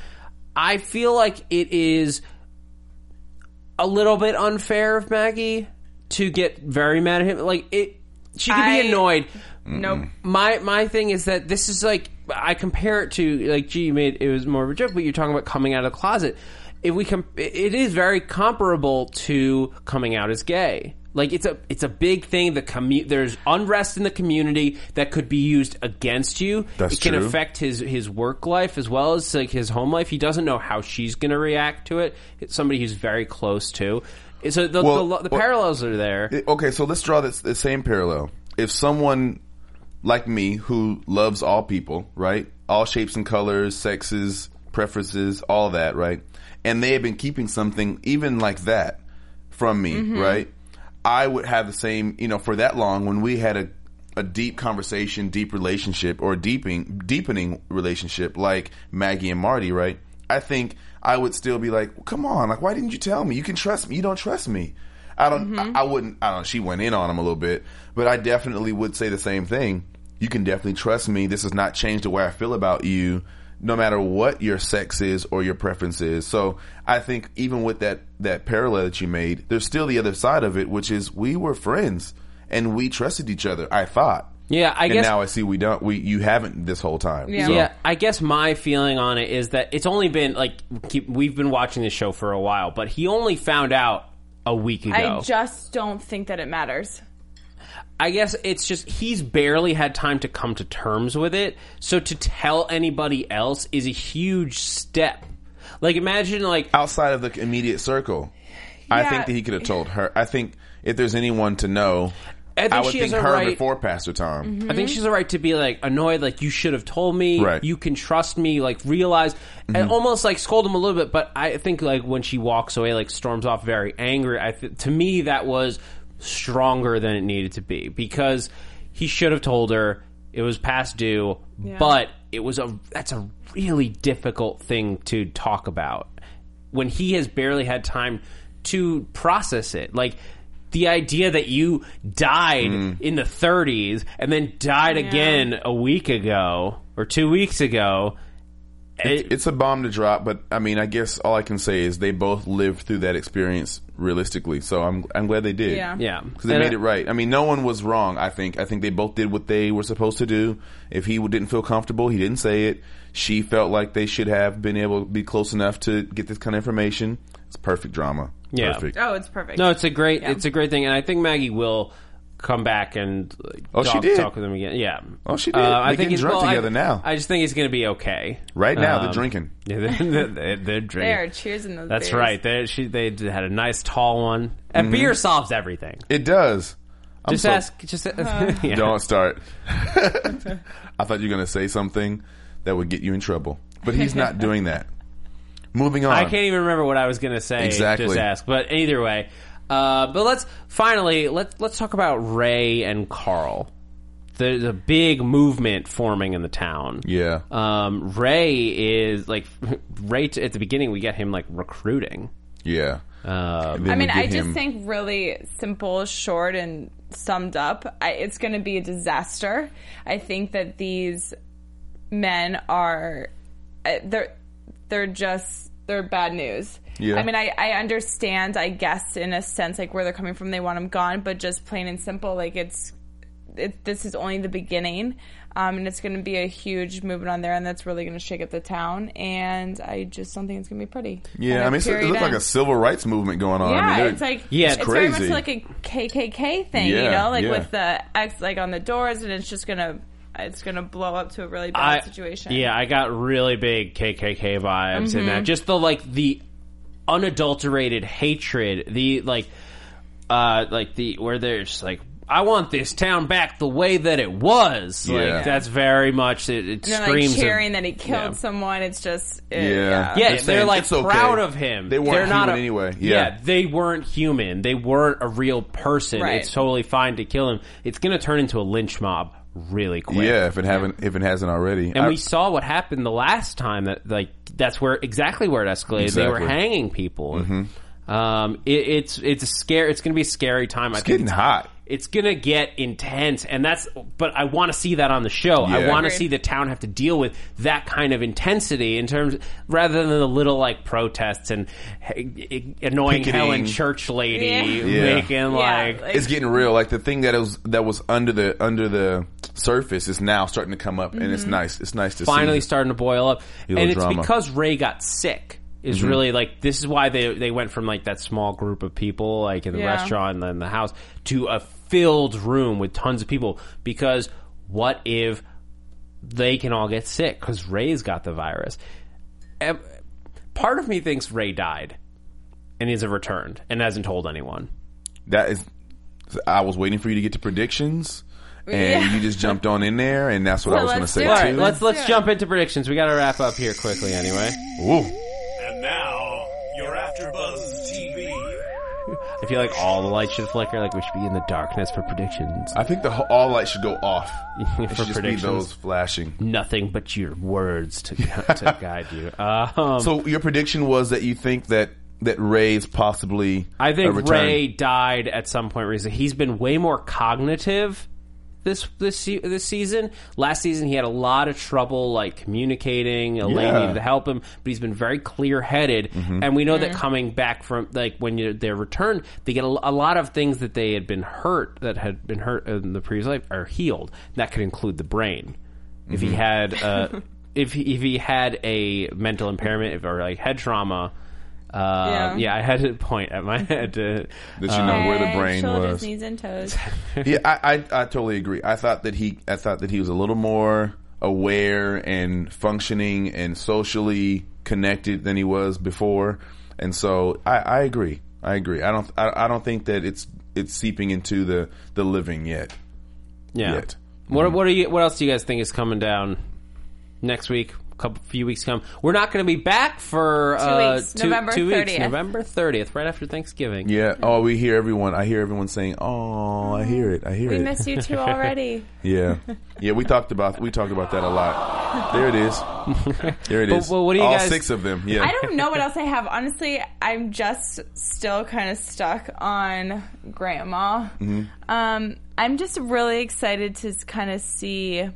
I feel like it is a little bit unfair of Maggie to get very mad at him. Like it, she could
I-
be annoyed.
Nope.
My my thing is that this is like I compare it to like gee, you made it was more of a joke, but you're talking about coming out of the closet. If we com- it is very comparable to coming out as gay. Like it's a it's a big thing. The commu- there's unrest in the community that could be used against you.
That's
it can
true.
affect his his work life as well as like his home life. He doesn't know how she's going to react to it. It's somebody he's very close to. So the
Well,
the, lo- the
well-
parallels are there.
Okay, so let's draw this the same parallel. If someone like me who loves all people, right? All shapes and colors, sexes, preferences, all that, right? And they have been keeping something even like that from me, right? I would have the same, you know, for that long when we had a a deep conversation, deep relationship or deeping deepening relationship like Maggie and Marty, right? I think I would still be like, "Come on, like why didn't you tell me? You can trust me. You don't trust me." I don't I, I wouldn't I don't know, she went in on him a little bit, but I definitely would say the same thing. You can definitely trust me. This has not changed the way I feel about you no matter what your sex is or your preference is. So I think even with that that parallel that you made, there's still the other side of it, which is we were friends and we trusted each other. I thought.
Yeah, I
and
guess-
now I see we don't. We you haven't this whole time.
Yeah.
So,
Yeah, I guess my feeling on it is that it's only been like keep, we've been watching this show for a while, but he only found out a week ago.
I just don't think that it matters.
I guess it's just he's barely had time to come to terms with it. So to tell anybody else is a huge step. Like imagine like
Outside of the immediate circle, I
Yeah.
think that he could have told her. I think if there's anyone to know,
I think
would
she
think
has a
her
right- Mm-hmm.
before Pastor Tom.
I think she's a right to be like annoyed, like you should have told me.
Right.
You can trust me. Like realize and almost like scold him a little bit. But I think like when she walks away, like storms off very angry. I th- to me that was stronger than it needed to be because he should have told her it was past due. But it was a that's a really difficult thing to talk about when he has barely had time to process it. Like the idea that you died
Mm.
in the 30s and then died again a week ago or two weeks ago. It-
it's a bomb to drop, but I mean, I guess all I can say is they both lived through that experience realistically. So I'm I'm glad they did.
Yeah.
yeah,
Because they
And uh,
made
I-
it right. I mean, no one was wrong. I think. I think they both did what they were supposed to do. If he didn't feel comfortable, he didn't say it. She felt like they should have been able to be close enough to get this kind of information. It's perfect drama.
Yeah.
Perfect.
Oh, it's perfect.
No, it's a great, it's a great thing, and I think Maggie will come back and like,
Oh, she
talk,
did.
talk with him again. Yeah.
Oh, she did. They're getting
he's-
drunk
I-
together now.
I just think he's going to be okay.
Right now, they're
Um,
drinking.
Yeah, they're, they're- they're drinking.
There, cheers in those.
That's
beers.
right. They she they had a nice tall one. And beer solves everything.
It does. Mm-hmm. I'm
Just
so-
ask. Just yeah.
Don't start. I thought you were going to say something that would get you in trouble, but he's not doing that. Moving on.
I can't even remember what I was going to say.
Exactly.
Just ask. But either way, uh, but let's finally let's let's talk about Ray and Carl. There's a big movement forming in the town.
Yeah.
Um, Ray is like right at the beginning. We get him like recruiting.
yeah.
Um,
Then
I
we
mean,
get
I just
him-
think really simple, short, and summed up. I, it's going to be a disaster. I think that these men are uh, they're they're just they're bad news.
Yeah.
I mean, I, I understand, I guess, in a sense, like where they're coming from. They want them gone, but just plain and simple, like it's it, this is only the beginning, um, and it's going to be a huge movement on there, and that's really going to shake up the town. And I just don't think it's going to be pretty. And
Yeah, I mean, it's, it
period
looks like
end.
a civil rights movement going on.
Yeah,
I mean,
it's like
Yeah,
it's,
it's
very much
crazy.
like a KKK thing, you
Yeah,
know, like
yeah.
with the X like on the doors, and it's just gonna it's going to blow up to a really bad
I,
situation. Mm-hmm.
Yeah, I got really big KKK vibes in that. Just the like the unadulterated hatred, the like, uh, like the where they're just like, I want this town back the way that it was.
Yeah.
Like that's very much it. It
And they're
screams
like
of-
cheering that he killed
yeah.
someone. It's just it,
Yeah.
yeah.
Yeah,
They're
they're,
saying,
like
"It's okay."
proud of him.
They weren't
They're not
human
a-
anyway. Yeah.
they weren't human. They weren't a real person.
Right.
It's totally fine to kill him. It's going to turn into a lynch mob really quick.
Yeah, if it haven't, if it hasn't already,
And
I-
we saw what happened the last time that like that's where exactly where it escalated. They
Exactly. Mm-hmm.
were hanging people. Um, it, it's it's a scare. It's going to be a scary time. I
it's getting
think
hot.
it's gonna get intense and that's but i want to see that on the show
Yeah.
i want to
Agreed.
see the town have to deal with that kind of intensity in terms rather than the little like protests and h- annoying
Picketing.
helen church lady
Yeah.
Yeah.
making like
It's getting real. Like the thing that was that was under the under the surface is now starting to come up, and
Mm-hmm.
it's nice. It's nice to
finally
see.
starting to boil up
Little
and it's
drama.
because ray got sick is really like this is why they they went from like that small group of people like in the
Yeah.
restaurant and then the house to a filled room with tons of people because what if they can all get sick because Ray's got the virus. Em- Part of me thinks Ray died and isn't returned and hasn't told anyone.
that is. I was waiting for you to get to predictions, and
Yeah.
you just jumped on in there, and that's what I
So
was going to
let's
say
do
too.
it.
All right, let's let's
Yeah.
jump into predictions. We got to wrap up here quickly anyway.
Ooh.
And now, you're after Buzz TV.
I feel like all the lights should flicker. Like we should be in the darkness for predictions.
I think the ho- all lights should go off. It
for
should just be
predictions.
those flashing.
Nothing but your words to, to guide you. Um,
So your prediction was that you think that that Ray's possibly.
I
a
think
return.
Ray died at some point recently. He's been way more cognitive this this se- this season. Last season he had a lot of trouble like communicating. Elaine
Yeah. Mm-hmm.
needed to help him, but he's been very clear headed. And we know that coming back from like when you, they're returned, they get a, a lot of things that they had been hurt that had been hurt in the previous life are healed. That could include the brain. If
Mm-hmm.
he had uh, if he, if he had a mental impairment if- or like head trauma. Uh,
Yeah.
yeah. I had to point at my head Uh, to.
That you know where the
Head,
brain
shoulders,
was.
knees and toes.
yeah, I, I I totally agree. I thought that he I thought that he was a little more aware and functioning and socially connected than he was before, and so I, I agree. I agree. I don't I, I don't think that it's it's seeping into the the living yet.
Yeah.
Yet. Mm-hmm.
What what are you? What else do you guys think is coming down next week? Couple few weeks come. We're not going to be back for two uh,
weeks,
two,
November
two weeks,
30th.
November thirtieth, right after Thanksgiving.
Yeah. Oh, we hear everyone. I hear everyone saying, "Oh, I hear it. I hear
We
it."
missed you two already.
Yeah, yeah. We talked about we talked about that a lot. There it is. There it is.
well, what do you
All
guys-
six of them. Yeah.
I don't know what else I have. Honestly, I'm just still kind of stuck on grandma.
Mm-hmm.
Um, I'm just really excited to kind of see.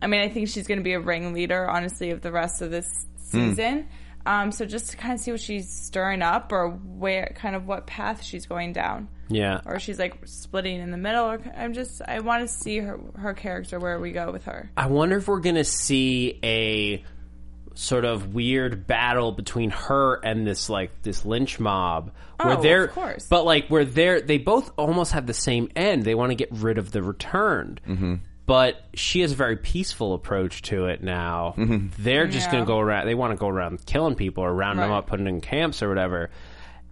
I mean, I think she's going to be a ringleader, honestly, of the rest of this
Hmm.
season. Um, so just to kind of see what she's stirring up or where, kind of what path she's going down.
Yeah.
Or she's like splitting in the middle. Or I'm just, I want to see her her character where we go with her.
I wonder if we're going to see a sort of weird battle between her and this like this lynch mob where
Oh,
they're
of course.
but like where they're they both almost have the same end they want to get rid of the returned mm-hmm. but she has a very peaceful approach to it now they're just
Yeah.
going to go around they want to go around killing people or rounding them
Right.
up putting them in camps or whatever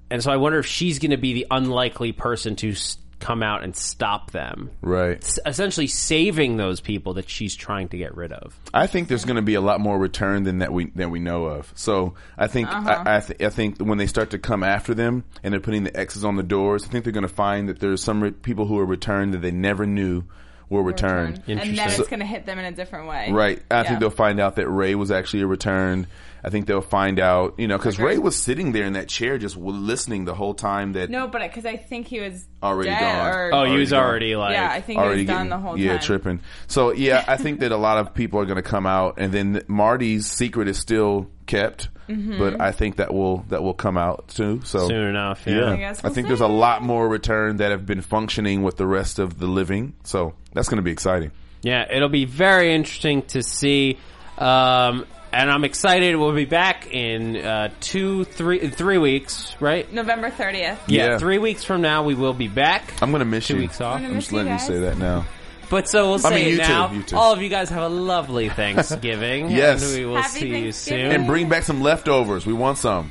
and so i wonder if she's going to be the unlikely person to s- come out and stop them
Right.
s- essentially saving those people that she's trying to get rid of.
I think there's going to be a lot more return than that we that we know of. So I think I I, th- I think when they start to come after them and they're putting the X's on the doors, I think they're going to find that there's some re- people who are returned that they never knew were returned.
And then
Interesting.
it's going to hit them in a different way.
Right. I
Yeah.
think they'll find out that Ray was actually a returned. I think they'll find out, you know, because Ray was sitting there in that chair just w- listening the whole time that
No, but because I think he was
Already
dead,
gone.
Or,
Oh, he was
Already
already like
yeah, I think he was
already
gone
getting,
the whole
yeah,
time.
tripping. So yeah, I think that a lot of people are going to come out, and then Marty's secret is still kept,
Mm-hmm.
but I think that will that will come out too. So
soon enough. Yeah.
yeah,
I guess
I
we'll
think
see.
there's a lot more return that have been functioning with the rest of the living. So that's going to be exciting.
Yeah, it'll be very interesting to see. Um, and I'm excited. We'll be back in uh, two, three, in three weeks, right?
November thirtieth.
Yeah.
three weeks from now we will be back.
I'm going to miss
two
you.
weeks off.
I'm gonna
I'm just
miss you
letting you
guys.
say that now.
But so we'll say
mean,
it
you too,
now.
you too.
All of you guys have a lovely Thanksgiving.
Yes.
And we will
Happy
see you
Thanksgiving.
soon.
And bring back some leftovers. We want some.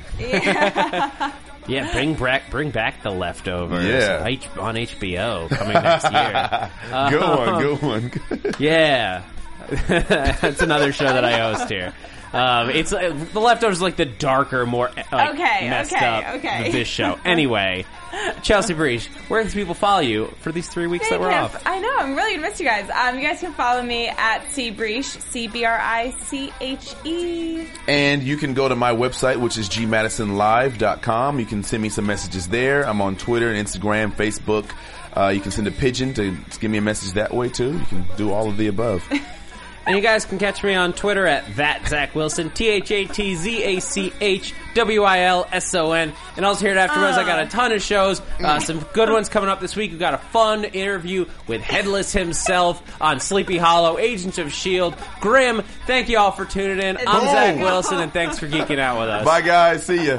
Yeah, bring back bring back the leftovers.
Yeah.
H- on HBO coming next year.
Good one, good one.
yeah, that's another show that I host here. Um, it's uh, the leftovers is like the darker, more uh, like,
Okay,
messed
okay,
up
okay.
than this show. Anyway, Chelsea Breach, where can people follow you for these three weeks that we're
Thank you.
off?
I know. I'm really gonna miss you guys. Um, you guys can follow me at C Breach, C B R I C H E.
And you can go to my website, which is gmadisonlive.com. You can send me some messages there. I'm on Twitter and Instagram, Facebook. Uh, you can send a pigeon to give me a message that way too. You can do all of the above.
And you guys can catch me on Twitter at that Zach Wilson, T H A T Z A C H W I L S O N. And also here at AfterBuzz, I got a ton of shows, uh, some good ones coming up this week. We got a fun interview with Headless himself on Sleepy Hollow, Agents of Shield, Grim. Thank you all for tuning in. I'm
Boom.
Zach Wilson, and thanks for geeking out with us.
Bye guys. See ya.